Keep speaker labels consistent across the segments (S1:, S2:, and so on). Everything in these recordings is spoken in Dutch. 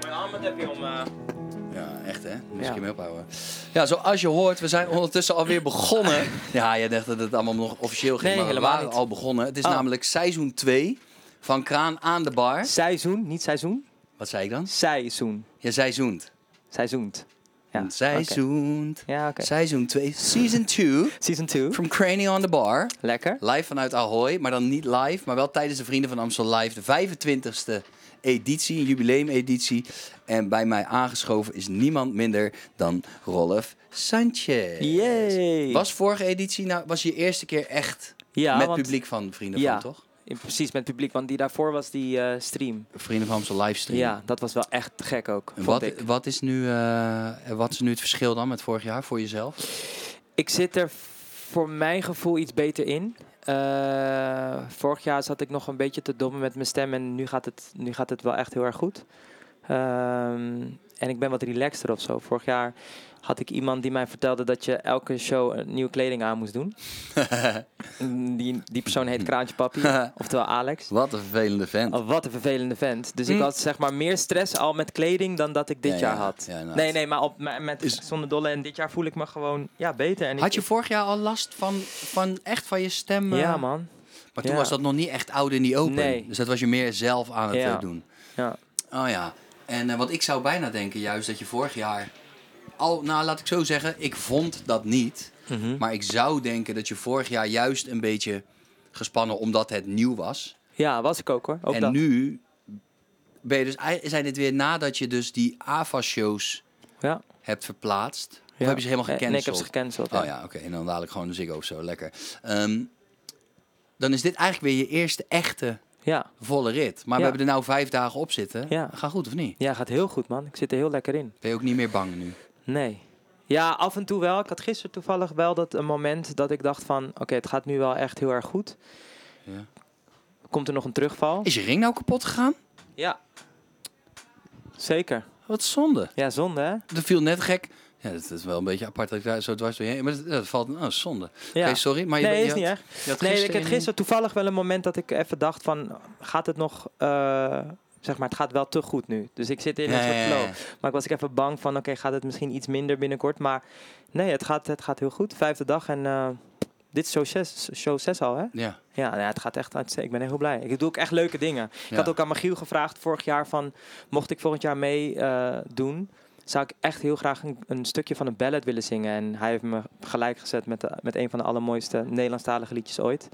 S1: happy om. eh,
S2: Ja, echt hè? Moest
S3: Ja.
S2: ik hem ophouden. Ja, zoals je hoort, we zijn ondertussen alweer begonnen. Ja, jij dacht dat het allemaal nog officieel ging,
S3: Nee,
S2: maar we
S3: helemaal
S2: waren
S3: niet.
S2: al begonnen. Het is
S3: Oh.
S2: namelijk seizoen 2 van Kraan aan de bar.
S3: Seizoen, niet seizoen.
S2: Wat zei ik dan?
S3: Seizoen.
S2: Ja, seizoent.
S3: Seizoent. Ja. oké.
S2: Seizoent.
S3: Ja, oké.
S2: Seizoen 2, season 2
S3: Season 2.
S2: from Cranny on the bar.
S3: Lekker.
S2: Live vanuit Ahoy, maar dan niet live, maar wel tijdens de Vrienden van Amstel Live, de 25e editie, een jubileumeditie. En bij mij aangeschoven is niemand minder dan Rolf Sanchez.
S3: Yay.
S2: Was vorige editie, nou, was je eerste keer echt
S3: ja,
S2: met
S3: want-
S2: publiek van Vrienden
S3: Ja,
S2: van, toch?
S3: in- precies, met publiek. Want die daarvoor was die eh, stream.
S2: Vrienden van Amstel livestream.
S3: Ja, dat was wel echt gek ook.
S2: En
S3: Vond
S2: Wat,
S3: ik.
S2: wat, is nu, eh, wat is nu het verschil dan met vorig jaar voor jezelf?
S3: Ik zit er voor mijn gevoel iets beter in. Eh, vorig jaar zat ik nog een beetje te dommen met mijn stem en nu gaat het, nu gaat het wel echt heel erg goed. Ehm, en ik ben wat relaxter of zo. Vorig jaar had ik iemand die mij vertelde dat je elke show een nieuwe kleding aan moest doen. die, die persoon heet Kraantje Papi, oftewel Alex.
S2: Wat een vervelende vent.
S3: Oh, wat een vervelende vent. Dus
S2: Mm.
S3: ik had zeg maar meer stress al met kleding dan dat ik dit
S2: Ja,
S3: jaar
S2: ja.
S3: had.
S2: Ja, nou. inderdaad.
S3: nee, nee, maar op, maar met
S2: Is-
S3: zonder dolle en dit jaar voel ik me gewoon ja, beter. En ik-
S2: Had je vorig jaar al last van, van echt van je stem? eh?
S3: Ja, man.
S2: Maar toen
S3: Ja.
S2: was dat nog niet echt oud in die open.
S3: Nee.
S2: Dus dat was je meer zelf aan het
S3: Ja.
S2: eh, doen.
S3: Ja.
S2: Oh ja. En eh, want ik zou bijna denken juist dat je vorig jaar... Al, nou, laat ik zo zeggen, ik vond dat niet.
S3: Mhm.
S2: Maar ik zou denken dat je vorig jaar juist een beetje gespannen... omdat het nieuw was.
S3: Ja, was ik ook hoor. Ook
S2: en
S3: dat.
S2: nu ben je dus, ei- zijn dit weer nadat je dus die AFA-shows
S3: Ja.
S2: hebt verplaatst. Of
S3: ja.
S2: heb je ze helemaal
S3: Nee,
S2: gecanceld?
S3: Nee, ik heb ze gecanceld.
S2: Oh ja, oké. En dan dadelijk gewoon een Ziggo of zo. Lekker. Ehm, dan is dit eigenlijk weer je eerste echte
S3: ja.
S2: volle rit. Maar we
S3: Ja.
S2: hebben er nou vijf dagen op zitten.
S3: Ja.
S2: Gaat goed of niet?
S3: Ja, gaat heel goed man. Ik zit er heel lekker in.
S2: Ben je ook niet meer bang nu?
S3: Nee. Ja, af en toe wel. Ik had gisteren toevallig wel dat een moment dat ik dacht van... Oké, het gaat nu wel echt heel erg goed.
S2: Ja.
S3: Komt er nog een terugval?
S2: Is je ring nou kapot gegaan?
S3: Ja. Zeker.
S2: Wat zonde.
S3: Ja, zonde hè?
S2: Dat viel net gek. Ja, dat is wel een beetje apart dat ik daar zo dwars doorheen... Maar dat, dat valt... Oh, zonde.
S3: Ja.
S2: Oké, sorry. Maar je,
S3: nee,
S2: je
S3: is
S2: had-
S3: niet erg.
S2: je had
S3: Nee, ik
S2: gisteren
S3: had
S2: in-
S3: gisteren toevallig wel een moment dat ik even dacht van... Gaat het nog... eh, zeg maar, het gaat wel te goed nu. Dus ik zit in een
S2: Ja,
S3: soort
S2: ja,
S3: flow.
S2: ja.
S3: Maar ik was ik even bang van, oké, gaat het misschien iets minder binnenkort? Maar nee, het gaat, het gaat heel goed. Vijfde dag en eh, dit is show 6, show 6 al, hè?
S2: Ja.
S3: Ja, nou ja, het gaat echt uitstekend. Ik ben echt heel blij. Ik doe ook echt leuke dingen.
S2: Ja.
S3: Ik had ook aan Michiel gevraagd vorig jaar van, mocht ik volgend jaar mee eh, doen... zou ik echt heel graag een, een stukje van een ballad willen zingen. En hij heeft me gelijk gezet met, de- met een van de allermooiste Nederlandstalige liedjes ooit.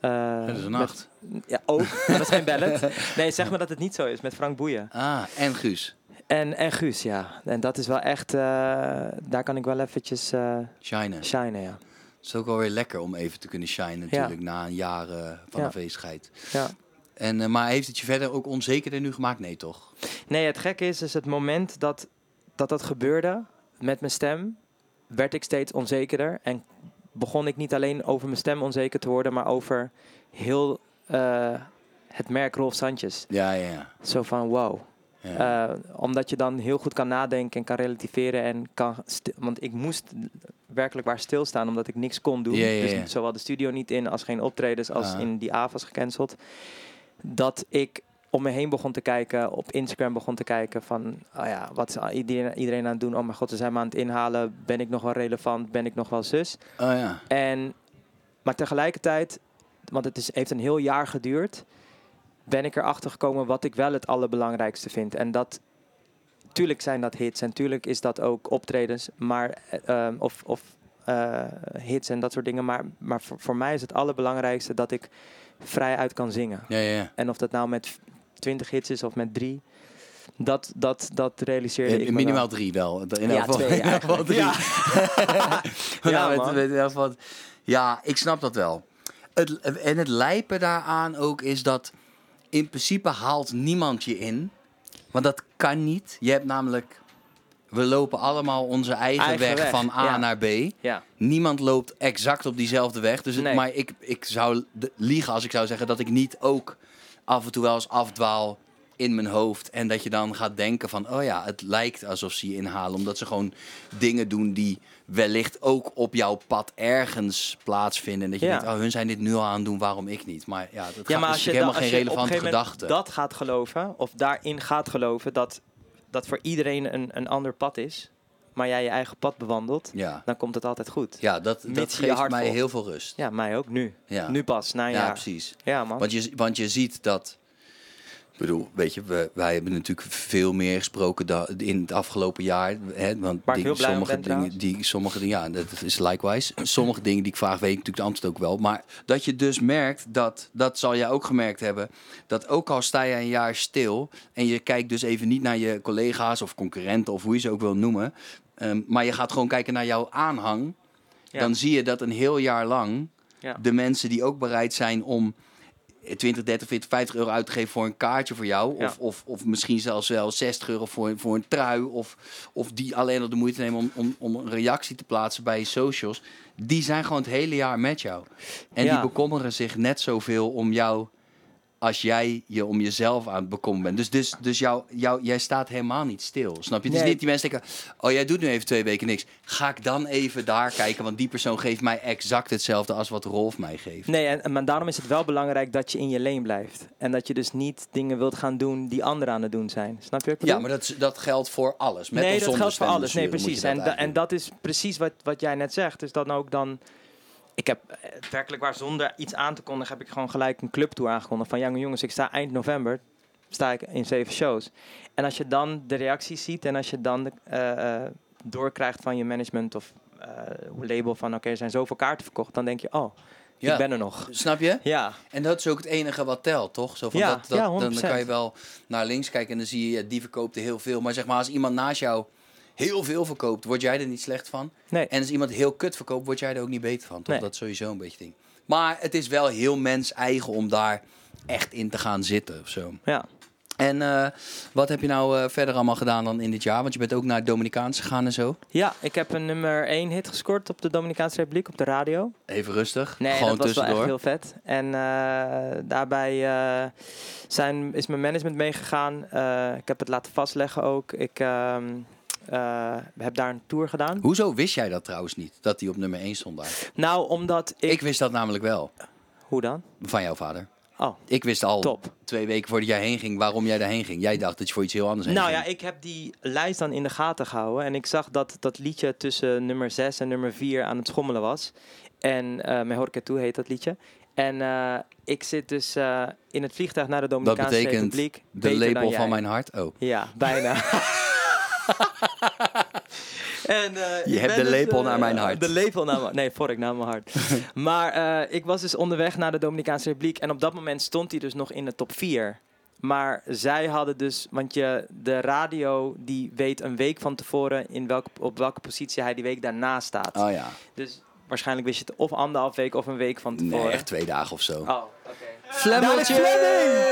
S3: Eh,
S2: dat is een
S3: met-
S2: nacht.
S3: ja, ook. Maar dat is geen ballad. Nee, zeg maar dat het niet zo is met Frank Boeien.
S2: Ah, en Guus.
S3: En, en Guus, ja. En dat is wel echt, eh, daar kan ik wel eventjes eh
S2: Shine.
S3: shinen, ja.
S2: Het is ook wel weer lekker om even te kunnen shinen natuurlijk. Na een jaar eh, van
S3: Ja.
S2: afwezigheid.
S3: ja.
S2: En, eh, maar heeft het je verder ook onzekerder nu gemaakt? Nee, toch?
S3: Nee, het gekke is, is het moment dat, dat dat gebeurde met mijn stem, werd ik steeds onzekerder. En begon ik niet alleen over mijn stem onzeker te worden, maar over heel eh, het merk Rolf Sanchez.
S2: Ja, ja, ja.
S3: Zo van, wow.
S2: ja.
S3: Eh, omdat je dan heel goed kan nadenken en kan relativeren. En kan sti- want ik moest werkelijk waar stilstaan omdat ik niks kon doen.
S2: Ja, ja, ja.
S3: Dus zowel de studio niet in als geen optredens als
S2: Ah.
S3: in die AVA's gecanceld. Dat ik om me heen begon te kijken, op Instagram begon te kijken van... Oh ja, wat is iedereen, iedereen aan het doen? Oh mijn god, ze zijn me aan het inhalen. Ben ik nog wel relevant? Ben ik nog wel zus?
S2: oh ja.
S3: En, maar tegelijkertijd, want het is, heeft een heel jaar geduurd, ben ik erachter gekomen wat ik wel het allerbelangrijkste vind. En dat, tuurlijk zijn dat hits en tuurlijk is dat ook optredens, maar, eh, ehm, of, of eh, hits en dat soort dingen. Maar, maar voor, voor mij is het allerbelangrijkste dat ik vrij uit kan zingen.
S2: Ja, ja, ja.
S3: En of dat nou met 20 hits is of met drie, dat, dat, dat realiseerde
S2: Eh,
S3: ik me wel.
S2: minimaal drie wel. In elk
S3: Ja,
S2: geval,
S3: twee
S2: in elk geval
S3: eigenlijk.
S2: drie.
S3: Ja. Ja,
S2: het-
S3: man.
S2: het- het- wat- ja, ik snap dat wel. Het, en het lijpen daaraan ook is dat in principe haalt niemand je in. Want dat kan niet. Je hebt namelijk, we lopen allemaal onze eigen,
S3: Eigen
S2: weg,
S3: weg,
S2: van A
S3: ja.
S2: naar B.
S3: Ja,
S2: Niemand loopt exact op diezelfde weg. Dus het-
S3: Nee.
S2: Maar ik, ik zou de- liegen als ik zou zeggen dat ik niet ook af en toe wel eens afdwaal in mijn hoofd. En dat je dan gaat denken van, oh ja, het lijkt alsof ze je inhalen. Omdat ze gewoon dingen doen die wellicht ook op jouw pad ergens plaatsvinden. En dat je
S3: Ja.
S2: denkt, oh, hun zijn dit nu al aan het doen, waarom ik niet? Maar ja, dat gaat-
S3: ja maar
S2: is
S3: als je,
S2: natuurlijk helemaal
S3: dan- als
S2: geen
S3: je op een
S2: relevante
S3: gegeven moment
S2: gedachte.
S3: dat gaat geloven, of daarin gaat geloven, dat, dat voor iedereen een, een ander pad is, maar jij je eigen pad bewandelt,
S2: Ja,
S3: dan komt het altijd goed.
S2: ja dat, dat
S3: Mits je je
S2: geeft
S3: hart
S2: mij
S3: volgt.
S2: heel veel rust.
S3: Ja, mij ook nu.
S2: Ja,
S3: Nu pas, na een
S2: ja
S3: jaar.
S2: precies.
S3: Ja, man.
S2: Want je, want je ziet dat. Ik bedoel, weet je, we, wij hebben natuurlijk veel meer gesproken da- in het afgelopen jaar. Hè, want
S3: Waar ik heel blij om
S2: sommige
S3: ben
S2: dingen,
S3: trouwens.
S2: die, sommige dingen, ja, dat is likewise. Sommige dingen die ik vraag, weet ik natuurlijk de antwoord ook wel. Maar dat je dus merkt dat, dat zal jij ook gemerkt hebben, dat ook al sta jij een jaar stil en je kijkt dus even niet naar je collega's of concurrenten of hoe je ze ook wil noemen, ehm, maar je gaat gewoon kijken naar jouw aanhang,
S3: Ja.
S2: dan zie je dat een heel jaar lang
S3: Ja.
S2: de mensen die ook bereid zijn om eh, 20, 30, 40, 50 euro uit te geven voor een kaartje voor jou.
S3: Ja.
S2: Of, of, of misschien zelfs wel 60 euro voor, voor een trui. Of, of die alleen al de moeite nemen om, om, om een reactie te plaatsen bij je socials. Die zijn gewoon het hele jaar met jou. En
S3: Ja.
S2: die bekommeren zich net zoveel om jou als jij je om jezelf aan het bekomen bent. Dus, dus, dus jou, jou, jij staat helemaal niet stil, snap je? Het is
S3: Nee.
S2: niet die mensen denken, oh jij doet nu even twee weken niks. Ga ik dan even daar kijken, want die persoon geeft mij exact hetzelfde als wat Rolf mij geeft.
S3: Nee, en, en- maar daarom is het wel belangrijk dat je in je lane blijft. En dat je dus niet dingen wilt gaan doen die anderen aan het doen zijn. Snap je wat ik
S2: Ja,
S3: bedoel?
S2: maar dat, is- dat geldt voor alles. Met
S3: nee,
S2: of
S3: dat
S2: zonder
S3: geldt voor alles. Nee,
S2: stemblessure moet
S3: precies.
S2: je
S3: En, da- en
S2: eigenlijk
S3: dat is precies wat, wat jij net zegt. Dus dat nou ook dan. Ik heb eh, werkelijk waar zonder iets aan te kondigen, heb ik gewoon gelijk een clubtour aangekondigd. Van jongen, jongens, ik sta eind november sta ik in zeven shows. En als je dan de reacties ziet en als je dan de, eh, eh, doorkrijgt van je management of eh label van oké, er zijn zoveel kaarten verkocht, dan denk je, oh,
S2: doen.
S3: ik ben er nog.
S2: Ja, Snap je?
S3: Ja,
S2: En dat is ook het enige wat telt, toch? Zo van
S3: Ja,
S2: dat, dat,
S3: ja,
S2: dan, dan
S3: 100%.
S2: kan je wel naar links kijken en dan zie je, ja, die verkoopt er heel veel. Maar zeg maar, als iemand naast jou heel veel verkoopt, word jij er niet slecht van.
S3: nee.
S2: En als iemand heel kut verkoopt, word jij er ook niet beter van. Toch?
S3: Nee.
S2: Dat is sowieso een beetje ding. Maar het is wel heel mens eigen om daar echt in te gaan zitten of zo.
S3: Ja.
S2: En eh, wat heb je nou eh, verder allemaal gedaan dan in dit jaar? Want je bent ook naar het Dominicaans gegaan en zo.
S3: ja, ik heb een nummer 1 hit gescoord op de Dominicaanse Republiek op de radio.
S2: Even rustig.
S3: Nee,
S2: Gewoon
S3: dat was
S2: tussendoor.
S3: wel echt heel vet. En eh, daarbij eh, zijn, is mijn management meegegaan. Eh, ik heb het laten vastleggen ook. Ik ehm, eh, heb daar een tour gedaan.
S2: Hoezo wist jij dat trouwens niet? Dat die op nummer 1 stond daar.
S3: Nou, omdat ik...
S2: Ik... wist dat namelijk wel.
S3: Hoe dan?
S2: Van jouw vader.
S3: Oh,
S2: Ik wist al
S3: top.
S2: twee weken voordat jij heen ging waarom jij daarheen ging. Jij dacht dat je voor iets heel anders heen
S3: Nou ja,
S2: ging.
S3: ik heb die lijst dan in de gaten gehouden. En ik zag dat dat liedje tussen nummer 6 en nummer 4 aan het schommelen was. En eh Me Hoor Ik Toe heet dat liedje. En eh, ik zit dus eh, in het vliegtuig naar de Dominicaanse
S2: betekent
S3: Republiek.
S2: De
S3: Beter dan
S2: lepel van
S3: jij.
S2: mijn hart. Oh.
S3: Ja, bijna. En, eh,
S2: Je
S3: ik
S2: hebt
S3: ben
S2: de lepel naar mijn
S3: eh,
S2: hart.
S3: De lepel naar mijn Nee, vork naar mijn hart. maar eh, ik was dus onderweg naar de Dominicaanse Republiek. En op dat moment stond hij dus nog in de top 4. Maar zij hadden dus... Want je, de radio die weet een week van tevoren... In welke, op welke positie hij die week daarna staat.
S2: Oh ja.
S3: Dus waarschijnlijk wist je het of anderhalf week of een week van tevoren.
S2: Nee, echt twee dagen of zo.
S3: Oh, oké.
S2: Flemmeltje!
S3: Daar is Flemming!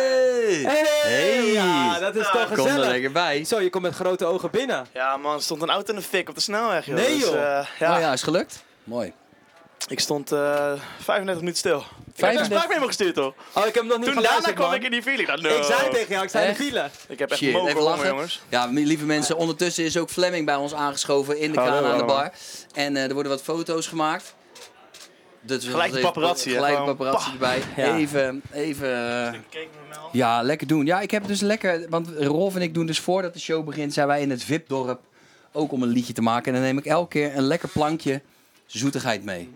S2: Hey!
S3: Hey! Ja, dat is toch
S2: Kom er
S3: gezellig.
S2: lekker bij.
S3: Zo, je komt met grote ogen binnen.
S1: Ja man, er stond een auto in de fik op de snelweg joh.
S3: Nee,
S1: Dus,
S3: joh.
S1: eh, ja.
S2: Ja. Oh ja, is gelukt. Mooi.
S1: Ik stond eh 35 minuten stil. Ik heb
S2: 35
S1: een spraakmemo gestuurd hoor.
S3: Oh, ik heb hem nog niet
S1: Toen daarna
S3: geluisterd,
S1: kwam
S3: man.
S1: ik in die file. Ik, dacht,
S3: Ik zei
S1: no.
S3: tegen jou, ik zei
S2: Echt?
S3: in de file.
S1: Ik heb echt
S2: Shit,
S1: mogen
S2: even lachen.
S1: honger jongens.
S2: Ja, lieve mensen, ondertussen is ook Fleming bij ons aangeschoven in de
S1: Hallo,
S2: kraan aan de
S1: hallo.
S2: bar. En eh, er worden wat foto's gemaakt. Dat is
S1: Gelijk de
S2: even-
S1: paparazzi, hè,
S2: Gelijk de
S1: gewoon,
S2: paparazzi erbij.
S3: Ja.
S2: Even, even... eh,
S1: Ik keek naar mijn hand.
S2: Ja, lekker doen. Ja, ik heb dus lekker... Want Rolf en ik doen dus voordat de show begint... zijn wij in het VIP-dorp ook om een liedje te maken. En dan neem ik elke keer een lekker plankje zoetigheid mee.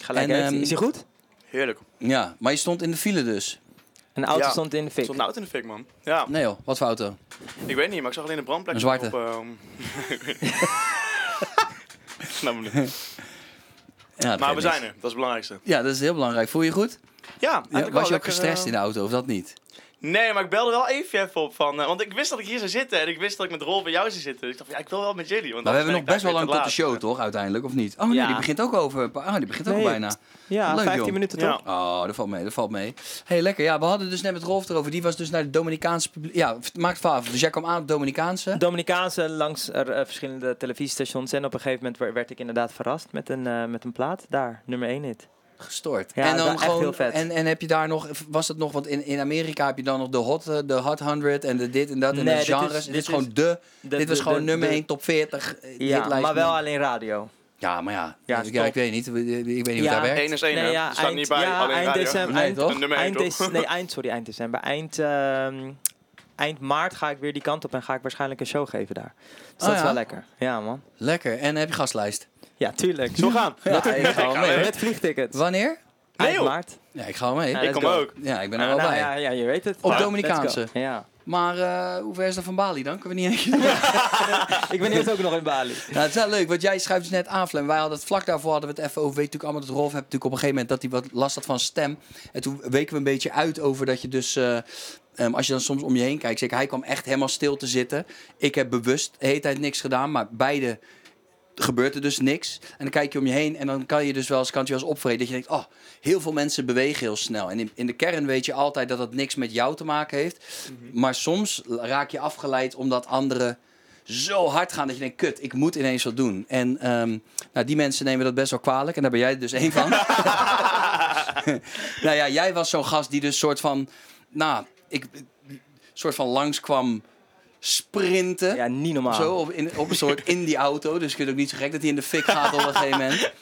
S3: Ga
S2: lekker
S3: lekker.
S2: eten.
S3: is hij goed?
S1: Heerlijk. Er
S2: Ja, maar je stond in de file dus.
S3: Een auto
S1: Ja.
S3: stond in de fik.
S1: stond een auto in de fik man. Ja,
S2: Nee joh, wat voor auto?
S1: ik weet niet, maar ik zag alleen een brandplek.
S2: Een zwarte.
S1: Op, ehm, ik weet niet. Snap me niet.
S2: Ja, dat
S1: Maar we
S2: geeft
S1: zijn
S2: niks.
S1: er, dat is het belangrijkste.
S2: Ja, dat is heel belangrijk. Voel je je goed?
S1: Ja, eigenlijk
S2: Ja,
S1: wel
S2: was je ook
S1: lekker,
S2: gestrest
S1: eh,
S2: in de auto of dat niet?
S1: Nee, maar ik belde wel even even op van... eh, want ik wist dat ik hier zou zitten en ik wist dat ik met Rolf bij jou zou zitten. Dus ik dacht van, ja, ik wil wel met jullie. Want
S2: Maar we hebben nog
S1: anders ben
S2: best wel lang
S1: ik
S2: tot
S1: daar
S2: de
S1: weer
S2: show, toch? Uiteindelijk, of niet? Oh nee,
S3: Ja.
S2: die begint ook over. een paar- Oh, die begint ook
S3: Nee.
S2: al bijna.
S3: Ja,
S2: Leuk,
S3: 15
S2: joh.
S3: minuten
S1: Ja.
S3: toch?
S2: Oh, dat valt mee, dat valt mee. hey, lekker. Ja, we hadden dus net met Rolf erover. Die was dus naar de Dominicaanse publiek. Ja, v- maakt het af. Dus jij kwam aan op Dominicaanse.
S3: Dominicaanse langs er, eh, verschillende televisiestations. En op een gegeven moment wer- werd ik inderdaad verrast met een, eh, met een plaat. Daar, nummer 1 hit.
S2: Gestoord.
S3: Ja,
S2: en
S3: dat
S2: dan
S3: echt heel vet.
S2: En, en heb je daar nog, was dat nog, want in, in Amerika heb je dan nog de hot, eh, de hot 100 en de dit en dat en
S3: Nee,
S2: de
S3: dit is-
S2: genres. dit,
S3: dit
S2: is gewoon
S3: is-
S2: de,
S3: De-
S2: dit was
S3: de-
S2: gewoon
S3: de-
S2: nummer
S3: de-
S2: 1 top 40
S3: Ja,
S2: hitlijst.
S3: maar wel alleen radio.
S2: Ja, maar ja.
S3: Ja,
S2: Ja, ik,
S3: stop.
S2: weet niet, ik weet niet hoe
S3: Ja.
S2: dat werkt.
S1: Eén is één, hè? Er staat niet bij,
S3: ja,
S1: alleen
S3: eind
S1: radio.
S3: december.
S2: Nee,
S3: eind,
S2: toch?
S1: Een nummer één,
S3: eind
S1: toch?
S3: dec- nee, eind, sorry, eind december. Eind ehm, eind maart ga ik weer die kant op en ga ik waarschijnlijk een show geven daar. Dus dat
S2: Oh
S3: is
S2: ja?
S3: wel lekker. Ja, man.
S2: Lekker. En heb je gastlijst?
S3: Ja, tuurlijk.
S4: Zo gaan.
S2: Ja, ik ga wel mee.
S3: Met vliegtickets.
S2: Wanneer?
S1: Nee,
S3: eind
S1: joh.
S3: maart.
S2: Ja, ik ga wel mee.
S3: Ja,
S1: ik
S3: let's
S1: kom
S3: go.
S1: ook.
S2: Ja, ik ben er
S3: Ah,
S2: wel
S3: nou,
S2: bij.
S3: ja, ja, je weet het.
S2: Op
S1: Ah,
S2: Dominicaanse.
S3: Let's go. Ja.
S2: Maar eh, hoe ver is dat van Bali dan? Kunnen we niet eentje doen?
S3: Ik ben eerst ook nog in Bali.
S2: Nou, het is wel leuk, want jij schuift dus net aan, Flem. Wij hadden het vlak daarvoor, hadden we het even over. Weet natuurlijk allemaal dat Rolf hebt natuurlijk op een gegeven moment dat hij wat last had van stem. En toen weken we een beetje uit over dat je dus... eh, ehm, als je dan soms om je heen kijkt, zeker hij kwam echt helemaal stil te zitten. Ik heb bewust de hele tijd niks gedaan, maar beide gebeurt er dus niks. En dan kijk je om je heen en dan kan je dus wel eens, kan het je wel eens opvreden. Dat je denkt, oh, heel veel mensen bewegen heel snel. En in, in de kern weet je altijd dat dat niks met jou te maken heeft. Maar soms raak je afgeleid omdat anderen zo hard gaan dat je denkt, kut, ik moet ineens wat doen. En ehm, nou, die mensen nemen dat best wel kwalijk. En daar ben jij dus één van. nou ja, jij was zo'n gast die dus soort van, nou, ik, soort van langskwam sprinten.
S3: Ja, niet normaal.
S2: Zo, op, in, op een soort in die auto. Dus ik vind het ook niet zo gek dat hij in de fik gaat op een gegeven moment.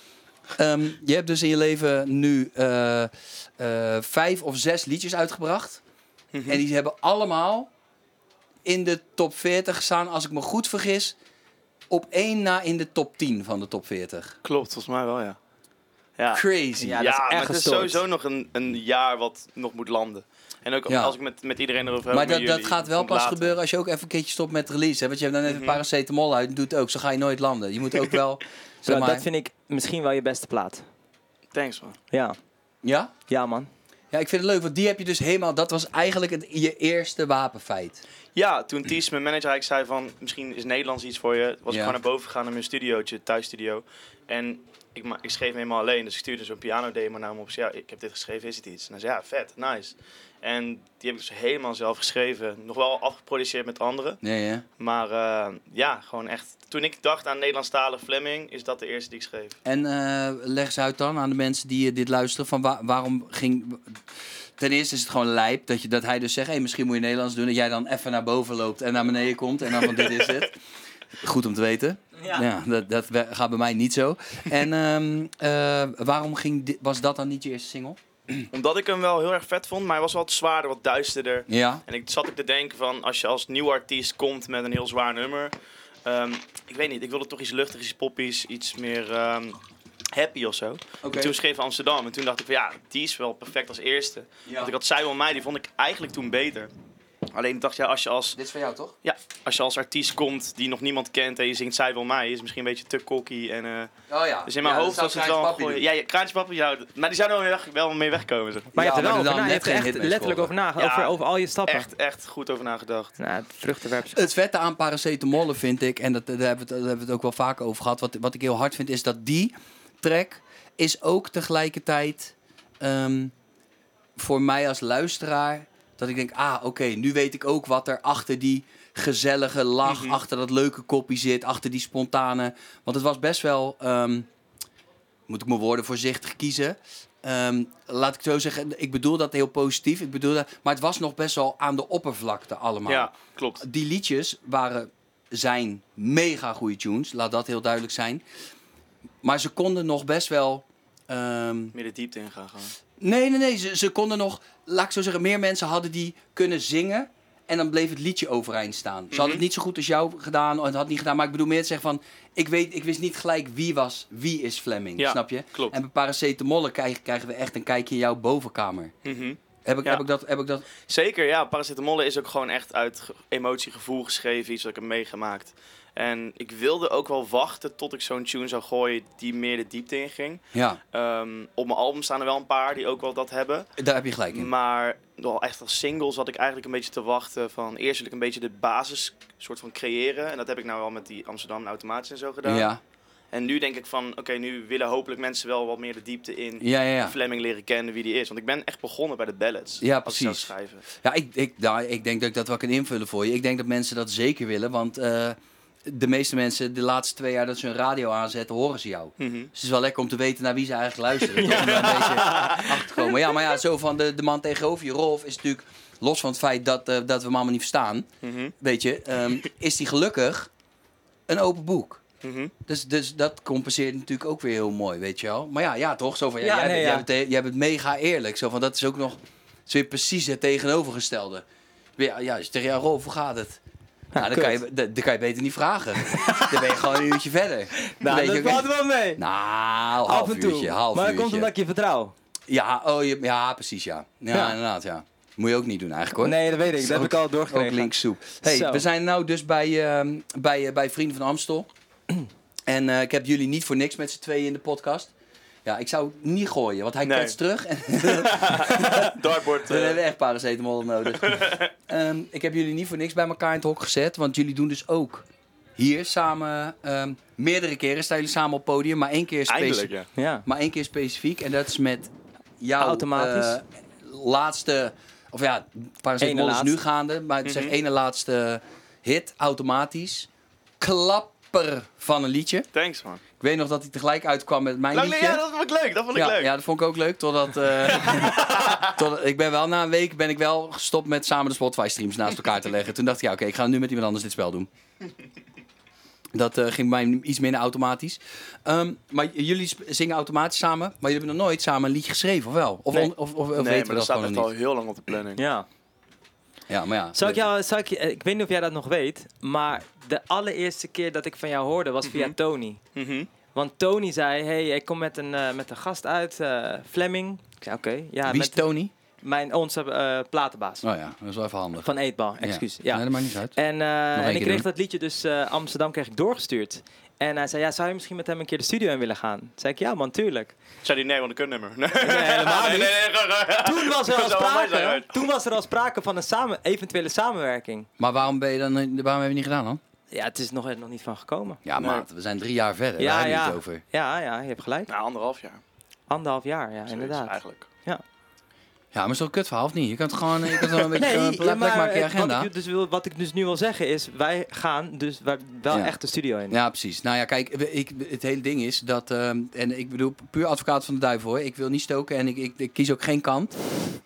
S2: Ehm, je hebt dus in je leven nu eh, eh, vijf of zes liedjes uitgebracht. En die hebben allemaal in de top 40 staan, als ik me goed vergis. Op één na in de top 10 van de top 40.
S1: Klopt, volgens mij wel, ja. Ja,
S2: Crazy.
S3: Ja,
S1: ja,
S3: dat is echt
S1: maar het is
S3: gestoord.
S1: sowieso nog een, een jaar wat nog moet landen. En ook
S2: Ja.
S1: als ik met, met iedereen erover heb.
S2: maar
S1: met
S2: dat, dat
S1: jullie,
S2: gaat wel
S1: komt
S2: pas
S1: later.
S2: gebeuren als je ook even een keertje stopt met release. Hè? Want je hebt dan even paracetamol uit en doet het ook. Zo ga je nooit landen. Je moet ook wel...
S3: Zo,
S2: zeg maar,
S3: Dat vind ik misschien wel je beste plaat.
S1: Thanks, man.
S3: Ja,
S2: Ja?
S3: ja man.
S2: Ja, ik vind het leuk, want die heb je dus helemaal. Dat was eigenlijk het, je eerste wapenfeit.
S1: Ja, toen Ties, mijn manager, eigenlijk zei van... Misschien is Nederlands iets voor je. Was
S2: Ja.
S1: ik gewoon naar boven gegaan in mijn studiootje, thuisstudio. En ik, ma- ik schreef hem helemaal alleen. Dus ik stuurde zo'n piano demo naar hem op. Ik zei, Ja, ik heb dit geschreven, is het iets? En hij zei, ja, vet, nice. En die heb ik dus helemaal zelf geschreven. Nog wel afgeproduceerd met anderen.
S2: Nee, hè?
S1: Maar eh, ja, gewoon echt... Toen ik dacht aan Nederlandstalig Fleming, is dat de eerste die ik schreef.
S2: En eh, leg eens uit dan aan de mensen die eh, dit luisteren. Van wa- waarom ging. Ten eerste is het gewoon lijp dat, je, dat hij dus zegt: hey, misschien moet je Nederlands doen. Dat jij dan even naar boven loopt en naar beneden komt. En dan van dit is het. Goed om te weten. Ja, dat, dat we- gaat bij mij niet zo. En ehm, eh, waarom ging, di- was dat dan niet je eerste single?
S1: Omdat ik hem wel heel erg vet vond, maar hij was wat zwaarder, wat duisterder.
S2: Ja.
S1: En ik zat ook te denken van, als je als nieuw artiest komt met een heel zwaar nummer. ehm, ik weet niet, ik wilde toch iets luchtigs, iets poppies, iets meer ehm, happy of zo.
S2: Oké.
S1: En toen schreef Amsterdam en toen dacht ik van, ja, die is wel perfect als eerste. Want ik had Simon Mij, die vond ik eigenlijk toen beter. Alleen ik dacht ja, als je als,
S2: Dit is van jou toch?
S1: ja, als je als artiest komt die nog niemand kent en je zingt Zij wil mij, is misschien een beetje te cocky. En, eh,
S2: Oh ja.
S1: dus in mijn hoofd was het wel een goeie... Ja, ja, kraantje papi zou... Maar die zou er wel mee, weg, wel mee wegkomen, zeg.
S3: Maar je
S2: Ja,
S3: hebt er wel
S2: maar dan
S3: over na.
S2: net
S3: Je hebt er
S2: geen
S3: echt
S2: hit mee
S3: letterlijk over
S2: scoren.
S3: na.
S1: Ja.
S3: Over, over al je stappen.
S1: Echt, echt goed over nagedacht.
S3: Nou, het vruchtenwerp is-
S2: Het vette aan paracetamol vind ik, en dat, daar, hebben we het, daar hebben we het ook wel vaker over gehad. Wat, wat ik heel hard vind, is dat die track is ook tegelijkertijd ehm, voor mij als luisteraar. Dat ik denk, ah, oké, nu weet ik ook wat er achter die gezellige lach, achter dat leuke koppie zit, achter die spontane. Want het was best wel. ehm, moet ik mijn woorden voorzichtig kiezen. Ehm, laat ik het zo zeggen, ik bedoel dat heel positief. Ik bedoel dat, maar het was nog best wel aan de oppervlakte allemaal
S1: Ja, klopt.
S2: die liedjes waren, zijn mega goede tunes, laat dat heel duidelijk zijn. Maar ze konden nog best wel. ehm,
S1: Meer de diepte in gaan gewoon.
S2: nee, nee, nee, ze, ze konden nog, laat ik zo zeggen, meer mensen hadden die kunnen zingen. En dan bleef het liedje overeind staan. Ze hadden
S1: Mhm.
S2: het niet zo goed als jou gedaan, of het had niet gedaan. Maar ik bedoel meer te zeggen van, ik, weet, ik wist niet gelijk wie was, wie is Fleming,
S1: Ja,
S2: snap je?
S1: klopt.
S2: En bij Paracetamol krijgen, krijgen we echt een kijkje in jouw bovenkamer. Heb ik,
S1: Ja.
S2: heb ik dat, heb ik dat
S1: Mhm. Zeker, ja. Paracetamol is ook gewoon echt uit ge- emotie, gevoel geschreven. Iets wat ik heb meegemaakt. En ik wilde ook wel wachten tot ik zo'n tune zou gooien die meer de diepte in ging.
S2: ja,
S1: Ehm, op mijn album staan er wel een paar die ook wel dat hebben.
S2: daar heb je gelijk
S1: Mm,
S2: in.
S1: Maar wel echt als single zat ik eigenlijk een beetje te wachten van... Eerst wil ik een beetje de basis soort van creëren. En dat heb ik nou wel met die Amsterdam automatisch en zo gedaan.
S2: ja,
S1: En nu denk ik van, oké, nu willen hopelijk mensen wel wat meer de diepte in.
S2: ja, ja. ja.
S1: Fleming leren kennen wie die is. Want ik ben echt begonnen bij de ballads.
S2: Ah. Ja,
S1: als ik zou
S2: precies.
S1: schrijven.
S2: Ja, ik, ik, nou, ik denk dat ik dat wel kan invullen voor je. Ik denk dat mensen dat zeker willen, want eh, de meeste mensen de laatste twee jaar dat ze hun radio aanzetten, horen ze jou. Dus het is wel lekker om te weten naar wie ze eigenlijk luisteren. Toch? Om daar een beetje achter te komen. Ja, maar ja, zo van de, de man tegenover je, Rolf, is natuurlijk, los van het feit dat, eh, dat we hem allemaal niet verstaan,
S1: Mhm.
S2: weet je, ehm, is die gelukkig een open boek.
S1: Mhm.
S2: Dus, dus dat compenseert natuurlijk ook weer heel mooi, weet je wel. Maar ja, ja toch? Zo van, ja,
S3: Ja,
S2: jij,
S3: nee,
S2: bent,
S3: ja.
S2: Jij, bent, jij bent mega eerlijk. Zo van, dat is ook nog dat is weer precies het tegenovergestelde. Ja, ja, als je tegen jou Rolf, hoe gaat het?
S3: Ja,
S2: Nou, dan, kan je,
S3: kut.
S2: dan, dan kan je beter niet vragen. dan ben je gewoon een uurtje verder. Dan weet
S3: Nou,
S2: je
S3: dat
S2: ook echt-
S3: valt wel mee.
S2: Nou, half
S3: Af en toe.
S2: uurtje, half
S3: maar dat
S2: uurtje.
S3: komt omdat ik je vertrouw.
S2: Ja, oh, je- ja, precies, ja. ja.
S3: Ja.
S2: inderdaad, ja. Moet je ook niet doen eigenlijk, hoor.
S3: Nee, dat weet ik. Dat heb
S2: Ook-
S3: ik al doorgekregen.
S2: Ook linksoep. Hey,
S3: Zo.
S2: we zijn nou dus bij, ehm, bij, eh, bij Vrienden van Amstel. en eh, ik heb jullie niet voor niks met z'n tweeën in de podcast. Ja, ik zou het niet gooien, want hij
S1: Nee.
S2: ketst terug. En
S1: Dartboard.
S2: we
S1: eh,
S2: hebben echt paracetamol nodig. Ehm, ik heb jullie niet voor niks bij elkaar in het hok gezet, want jullie doen dus ook hier samen... ehm, meerdere keren staan jullie samen op het podium, maar één keer specifiek.
S1: eindelijk, ja.
S3: Ja.
S2: Maar één keer specifiek en dat is met jouw
S3: Automatisch.
S2: eh, laatste, of ja, Paracetamol
S3: Ene
S2: is
S3: laatste.
S2: nu gaande, maar het is echt
S1: Mhm.
S2: ene laatste hit, automatisch. Klapper van een liedje.
S1: Thanks, man.
S2: Ik weet nog dat hij tegelijk uitkwam met mijn
S1: Lang,
S2: liedje.
S1: ja, dat vond ik leuk. Dat vond ik
S2: ja,
S1: leuk.
S2: ja, dat vond ik ook leuk, totdat, eh, totdat- ik ben wel na een week ben ik wel gestopt met samen de Spotify streams naast elkaar te leggen. Toen dacht ik, ja oké, ik ga nu met iemand anders dit spel doen. Dat eh, ging bij mij iets minder automatisch. Ehm, maar j- jullie sp- zingen automatisch samen, maar jullie hebben nog nooit samen een liedje geschreven, of wel? Of,
S3: Nee.
S2: on- of, of, of
S1: nee,
S2: weten we
S1: maar dat
S2: dat
S1: staat
S2: gewoon
S1: echt
S2: nog
S1: al
S2: niet?
S1: heel lang op de planning.
S3: Ja.
S2: Ja, maar ja.
S3: Zou ik jou, zou ik, je- eh, ik weet niet of jij dat nog weet, maar de allereerste keer dat ik van jou hoorde was via
S1: Mhm.
S3: Tony.
S1: Mhm.
S3: Want Tony zei, hey, ik kom met een, eh, met een gast uit, eh, Fleming. Ik zei, oké. Ja,
S2: Wie is
S3: met
S2: Tony?
S3: mijn, onze eh, platenbaas
S2: Oh ja, dat is wel even handig.
S3: van Eetbal, excuus. Ja.
S2: Nee, dat maakt niet uit.
S3: En, eh,
S2: één
S3: en
S2: keer
S3: ik kreeg
S2: doen.
S3: dat liedje dus eh, Amsterdam kreeg ik doorgestuurd. En hij zei, ja, zou je misschien met hem een keer de studio in willen gaan? Toen zei ik, ja man, tuurlijk.
S1: Zei die nee, want ik kun nummer. Nee,
S3: helemaal
S1: nee,
S3: niet.
S1: nee, nee, nee, nee.
S3: Toen was er
S1: Ah, Dat
S3: al
S1: zou wel mooi zijn,
S3: sprake,
S1: hoor.
S3: toen was er al sprake van een samen, eventuele samenwerking.
S2: Maar waarom, ben je dan, waarom hebben we het niet gedaan dan?
S3: Ja, het is nog, er nog niet van gekomen.
S2: Ja,
S1: Nee.
S2: maat, we zijn drie jaar verder.
S3: Ja,
S2: daar hebben we
S3: ja.
S2: het over.
S3: Ja, ja, je hebt gelijk.
S1: Nou, anderhalf jaar.
S3: Anderhalf jaar, ja,
S1: Zoiets,
S3: inderdaad.
S1: Eigenlijk.
S2: Ja, maar is toch een kut verhaal of niet? Je kunt gewoon, je kunt gewoon een beetje
S3: Nee,
S2: gewoon
S3: ja,
S2: plek, plek
S3: maar
S2: maken in je
S3: het-
S2: agenda.
S3: Wat ik, dus wil, wat ik dus nu wil zeggen is, wij gaan dus wa- wel
S2: Ja.
S3: echt de studio in.
S2: Ja, precies. Nou ja, kijk, we- ik, het hele ding is dat, ehm, en ik bedoel, puur advocaat van de duivel hoor. Ik wil niet stoken en ik, ik, ik kies ook geen kant.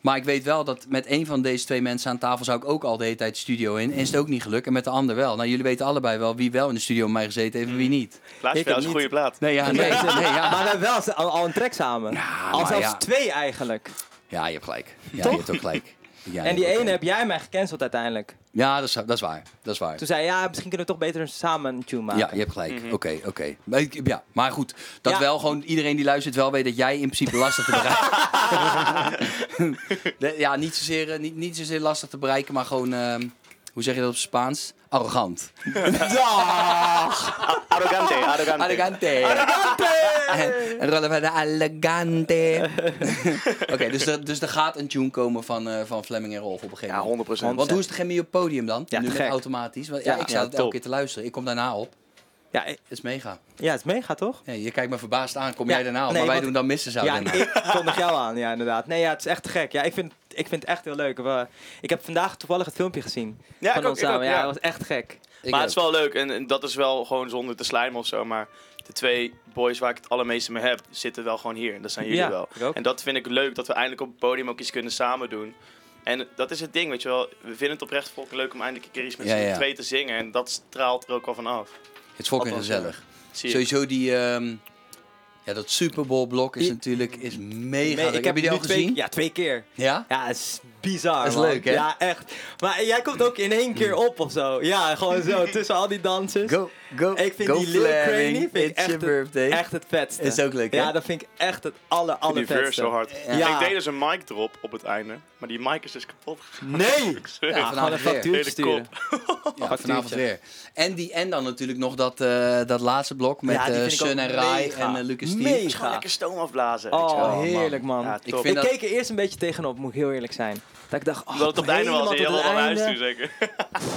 S2: Maar ik weet wel dat met één van deze twee mensen aan tafel zou ik ook al de hele tijd de studio in. En is het ook niet gelukt. En met de ander wel. Nou, jullie weten allebei wel wie wel in de studio met mij gezeten heeft en wie niet.
S1: Laatste
S3: Ik
S1: spel
S3: heb
S1: is een
S3: niet-
S1: goede plaat.
S2: Nee, ja, nee,
S3: Mm. Nee,
S2: nee,
S3: Dus- Maar
S2: ja.
S3: we hebben wel z- al, al een track samen.
S2: Ja,
S3: al
S2: maar
S3: zelfs
S2: ja.
S3: twee eigenlijk.
S2: ja, je hebt gelijk. Ja, je hebt ook gelijk. Ja,
S3: en die
S2: je hebt ook
S3: ene
S2: gelijk.
S3: heb jij mij gecanceld uiteindelijk.
S2: Ja, dat is, dat is waar. Dat is waar.
S3: Toen zei je, ja, misschien kunnen we toch beter samen een tune maken.
S2: Ja, je hebt gelijk. Oké, oké. Maar ik- Ja, maar goed, dat
S3: Ja.
S2: wel gewoon iedereen die luistert wel weet dat jij in principe lastig te bereiken. De- ja, niet zozeer, eh, niet, niet zozeer lastig te bereiken, maar gewoon, ehm, hoe zeg je dat op Spaans? Arrogant.
S1: Arrogante, arrogante.
S2: Arrogante. Arrogante. Elegante. Oké, dus, er- dus er gaat een tune komen van, eh, van Fleming en Rolf op een gegeven
S1: Ja,
S2: moment.
S1: 100
S2: Want hoe is de chemie op het podium dan?
S3: Ja,
S2: nu
S3: te
S2: met
S3: gek.
S2: automatisch. Want, ja,
S3: Ja,
S2: ik
S1: ja,
S2: sta het elke
S1: top.
S2: keer te luisteren. Ik kom daarna op.
S3: Ja, eh,
S2: Het is mega.
S3: ja, het is mega, toch?
S2: Nee, je kijkt me verbaasd aan. Kom
S3: Ja,
S2: jij daarna? op?
S3: nee,
S2: maar wij
S3: want-
S2: doen dan missen zou
S3: ja,
S2: daarna.
S3: ik kondig jou aan, ja, inderdaad. Nee, ja, het is echt te gek. Ja, ik vind, ik vind het echt heel leuk. We- ik heb vandaag toevallig het filmpje gezien
S1: Ja,
S3: van
S1: ik ook,
S3: ons
S1: ik ook,
S3: samen. ja,
S1: ja.
S3: dat was echt gek.
S2: Ik
S1: maar
S2: ook.
S1: het is wel leuk en, en dat is wel gewoon zonder te slijmen of zo. Maar de twee boys waar ik het allermeeste mee heb, zitten wel gewoon hier. En dat zijn jullie
S3: ja,
S1: wel.
S3: ik ook.
S1: En dat vind ik leuk, dat we eindelijk op het podium ook iets kunnen samen doen. En dat is het ding, weet je wel. We vinden het oprecht fucking leuk om eindelijk een keer iets met
S2: Ja,
S1: z'n
S2: ja.
S1: twee te zingen. En dat straalt er ook wel van af.
S2: Het is fucking
S1: Althans,
S2: gezellig.
S3: eh,
S1: Zie je.
S2: Sowieso die... ehm, ja, dat Super Bowl blok is
S3: I-
S2: natuurlijk is mega.
S3: Nee,
S2: leuk.
S3: ik
S2: heb je die
S3: hem
S2: al
S3: nu twee,
S2: gezien?
S3: Ja, twee keer.
S2: Ja?
S3: Ja, het is bizar.
S2: Dat is
S3: man.
S2: leuk, hè?
S3: Ja, echt. Maar jij komt ook in één keer op of zo. Ja, gewoon zo tussen al die dansers.
S2: Go, go,
S3: Ik vind
S2: go
S3: die Lil
S2: Fleming,
S3: Cranny vind ik
S2: it's
S3: echt,
S2: your
S3: het-
S2: birthday.
S3: echt het vetste.
S2: Is ook leuk, hè?
S3: Ja, dat vind ik echt het aller,
S1: Die verse zo
S3: allervetste.
S1: hard.
S3: eh, Ja.
S1: Ik deed dus een mic drop op het einde. Maar die mic is dus kapot gegaan.
S3: Nee!
S1: Ik zweer
S2: Ja,
S1: het.
S3: Ja, gewoon een
S2: vanavond weer.
S3: factuurtje
S1: Hele kop.
S3: sturen.
S2: Ja, vanavond
S3: factuurtje.
S2: weer. En, die, en dan natuurlijk nog dat, eh, dat laatste blok met
S3: Ja, die
S2: eh,
S3: vind ik ook
S2: Sun en Rai
S3: mega.
S2: en eh, Lucas Steve.
S3: Mega.
S1: Dus gewoon lekker stoom afblazen. weet je wel.
S3: Oh,
S2: man.
S3: heerlijk man.
S1: Ja,
S2: Ik
S1: top.
S2: vind
S3: Ik
S2: dat-
S3: keek er eerst een beetje tegenop, moet ik heel eerlijk zijn. Dat ik dacht, oh,
S1: Omdat het op het einde was en
S3: helemaal
S1: je
S3: tot
S1: had al
S3: het
S1: naar huis toe
S3: einde.
S1: zeker.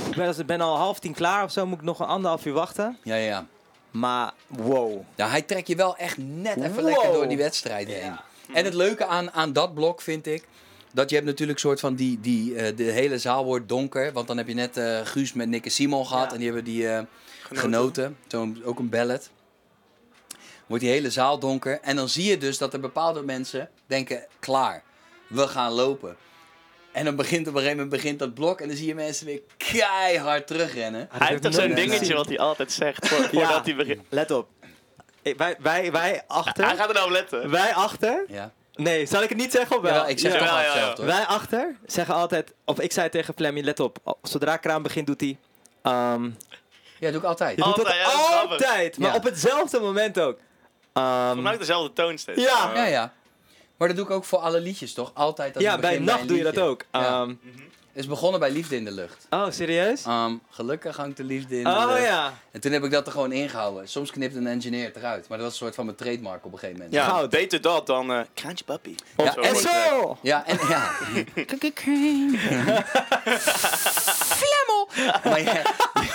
S3: Ik ben, als- ik ben al half tien klaar of zo, moet ik nog een anderhalf uur wachten.
S2: Ja, ja, ja.
S3: Maar wow.
S2: Ja, Nou, hij trekt je wel echt net even
S3: Wow.
S2: lekker door die wedstrijd heen. En het leuke aan, aan dat blok vind ik. Dat je hebt natuurlijk soort van die, die eh, de hele zaal wordt donker. Want dan heb je net eh, Guus met Nick en Simon gehad.
S3: Ja.
S2: En die hebben die eh, genoten. Zo'n, ook een ballet. Wordt die hele zaal donker. En dan zie je dus dat er bepaalde mensen denken, klaar, we gaan lopen. En dan begint op een gegeven moment begint dat blok. En dan zie je mensen weer keihard terugrennen.
S1: Hij heeft toch zo'n
S2: nooit
S1: dingetje
S2: gezien.
S1: wat hij altijd zegt voor- voordat hij begint.
S3: Let op. Ik- Wij, wij, wij
S1: Hij
S3: achter.
S1: gaat er nou op letten.
S3: Wij achter.
S2: Ja.
S3: Nee, zal ik het niet zeggen of wel?
S2: Jawel, ik zeg
S1: Ja.
S2: toch wel
S1: Ja, ja, ja.
S2: hetzelflemmy.
S3: Wij achter zeggen altijd, of ik zei tegen Flemmy, let op, al- zodra kraan begint doet hij. ehm,
S2: Ja, doe ik altijd.
S3: je doet dat
S1: Altijd, ja, dat is grappig.
S3: altijd, maar
S2: Ja.
S3: op hetzelfde moment ook. Ehm,
S1: Maakt dezelfde toon steeds.
S3: Ja.
S2: Ja, ja. Maar dat doe ik ook voor alle liedjes, toch? Altijd. als
S3: ja,
S2: ik
S3: bij
S2: begin
S3: nacht
S2: een
S3: doe je dat
S2: liedje.
S3: ook.
S2: Ja.
S3: Ehm,
S2: Het is begonnen bij Liefde in de Lucht.
S3: oh, serieus?
S2: Ehm, gelukkig hangt de liefde in de
S3: Oh
S2: lucht.
S3: ja,
S2: En toen heb ik dat er gewoon ingehouden. Soms knipt een engineer het eruit. Maar dat was een soort van mijn trademark op een gegeven moment.
S1: Ja,
S3: Goud.
S1: beter dat dan eh Kraantje Papi. Of
S2: Ja,
S3: en
S2: Mooi
S3: zo!
S2: Ja, en ja. Flemmel! Maar, je,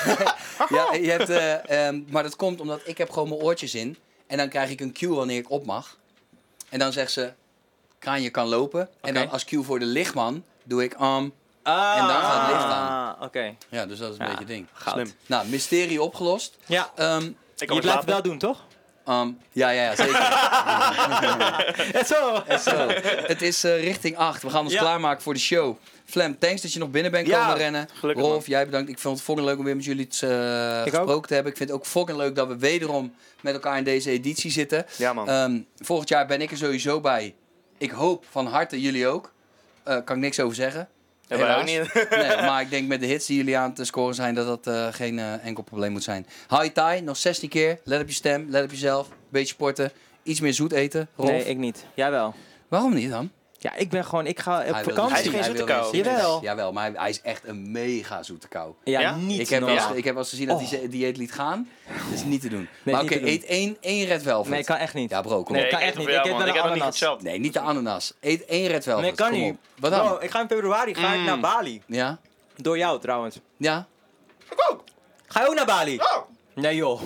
S2: ja, je hebt, eh, ehm, maar dat komt omdat ik heb gewoon mijn oortjes in. En dan krijg ik een cue wanneer ik op mag. En dan zegt ze, Kraanje kan lopen. En
S3: Oké.
S2: dan als cue voor de lichtman doe ik arm.
S3: Ah,
S2: En dan gaat het licht aan.
S3: Oké,
S2: Ja, dus dat is een
S3: Ja.
S2: beetje het ding.
S3: goud.
S1: Slim.
S2: Nou, mysterie opgelost.
S3: Ja,
S2: Ehm,
S1: Ik kan
S3: je
S1: weer
S3: blijft het
S1: slapen.
S3: wel doen, toch?
S2: ehm, ja, ja, ja, zeker.
S3: En zo!
S2: Zo, het is eh, richting 8. We gaan ons
S3: Ja.
S2: klaarmaken voor de show. Flem, thanks dat je nog binnen bent
S1: Ja,
S2: komen rennen.
S1: gelukkig,
S2: Rolf,
S1: man.
S2: jij bedankt. Ik vond het fucking leuk om weer met jullie te, eh,
S3: Ik ook.
S2: gesproken te hebben. Ik vind het ook fucking leuk dat we wederom met elkaar in deze editie zitten.
S1: Ja,
S3: Eh,
S1: man.
S2: Ehm, volgend jaar ben ik er sowieso bij. Ik hoop van harte jullie ook. Eh kan ik niks over zeggen.
S1: Ja, wij ook
S2: Helaas.
S1: niet.
S2: Nee, maar ik denk met de hits die jullie aan het scoren zijn, dat dat eh, geen eh, enkel probleem moet zijn. High tie, nog 16 keer. Let op je stem, let op jezelf. Beetje sporten. Iets meer zoet eten. Rolf,
S3: Nee, ik niet. Jij wel. dus-
S2: waarom niet dan?
S3: Ja, ik ben gewoon, ik ga op
S2: Hij wil
S3: vakantie.
S1: Hij is geen
S2: hij
S1: zoete
S2: wil
S1: kou.
S2: zingen.
S3: Jawel.
S2: Jawel, maar hij, hij is echt een mega zoete kou.
S3: Ja,
S1: Ja?
S3: niet
S2: Ik heb, wel
S3: normaal.
S2: eens, ik heb wel eens gezien dat hij
S3: Oh.
S2: zijn dieet liet gaan. Dat is niet te doen.
S3: Nee,
S2: maar
S3: niet
S2: oké,
S3: te doen.
S2: eet één, één Red Velvet.
S3: Nee, kan echt niet.
S2: Ja bro, kom
S3: Nee,
S2: op.
S3: ik kan
S1: eet
S3: echt
S1: hem
S3: niet.
S1: voor
S3: Ik
S1: jou,
S3: eet
S1: man.
S3: wel
S1: Ik heb nog niet
S3: ananas.
S1: gechapt.
S2: Nee, niet de ananas. Eet één Red Velvet.
S3: Nee, kan
S2: kom
S3: niet.
S2: op. Wat dan?
S3: Bro, ik ga in februari ga ik
S1: Mm.
S3: naar Bali.
S2: Ja?
S3: Door jou trouwens.
S2: Ja?
S3: Ga je ook naar Bali?
S1: Oh,
S3: Nee joh.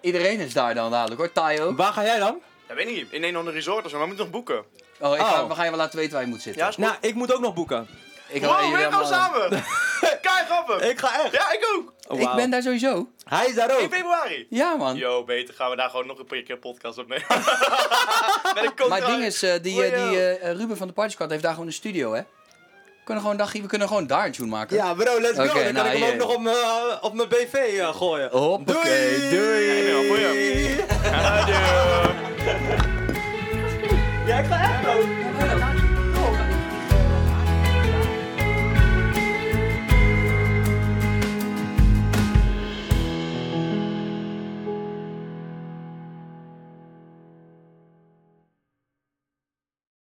S2: Iedereen is daar dan dadelijk hoor. Thai ook.
S3: Waar ga jij dan?
S1: Ja, weet niet. In een of andere resort of zo. Maar we moeten nog boeken.
S2: Oh, ik ga,
S3: Oh.
S2: we gaan je wel laten weten waar je moet zitten.
S1: Ja, is goed.
S3: Nou, ik moet ook nog boeken.
S2: ik, hou
S1: Wow,
S2: jullie
S1: we gaan
S2: allemaal-
S1: samen. Kijk grappig.
S3: Ik Oh. ga echt.
S1: Ja, ik ook.
S3: Oh,
S2: Ik
S3: wauw.
S2: ben daar sowieso.
S3: Hij is daar
S1: In
S3: ook.
S1: februari.
S2: Ja man.
S1: Yo, beter gaan we daar gewoon nog een paar keer een podcast op nemen. Met een contract.
S2: Maar het ding is, eh, die, eh,
S1: Wow.
S2: die eh, Ruben van de Party Squad heeft daar gewoon een studio, hè? We kunnen gewoon, dag, we kunnen gewoon daar een tune maken.
S3: Ja bro, let's go.
S2: Oké,
S3: dan
S2: nou,
S3: kan ik hem ook
S2: hier.
S3: nog op mijn eh, op mijn BV eh, gooien.
S2: Hoppakee,
S3: doei!
S2: doei.
S1: Ja, ik ben wel voor je. Adieu.
S3: Ja, ik ga echt ook.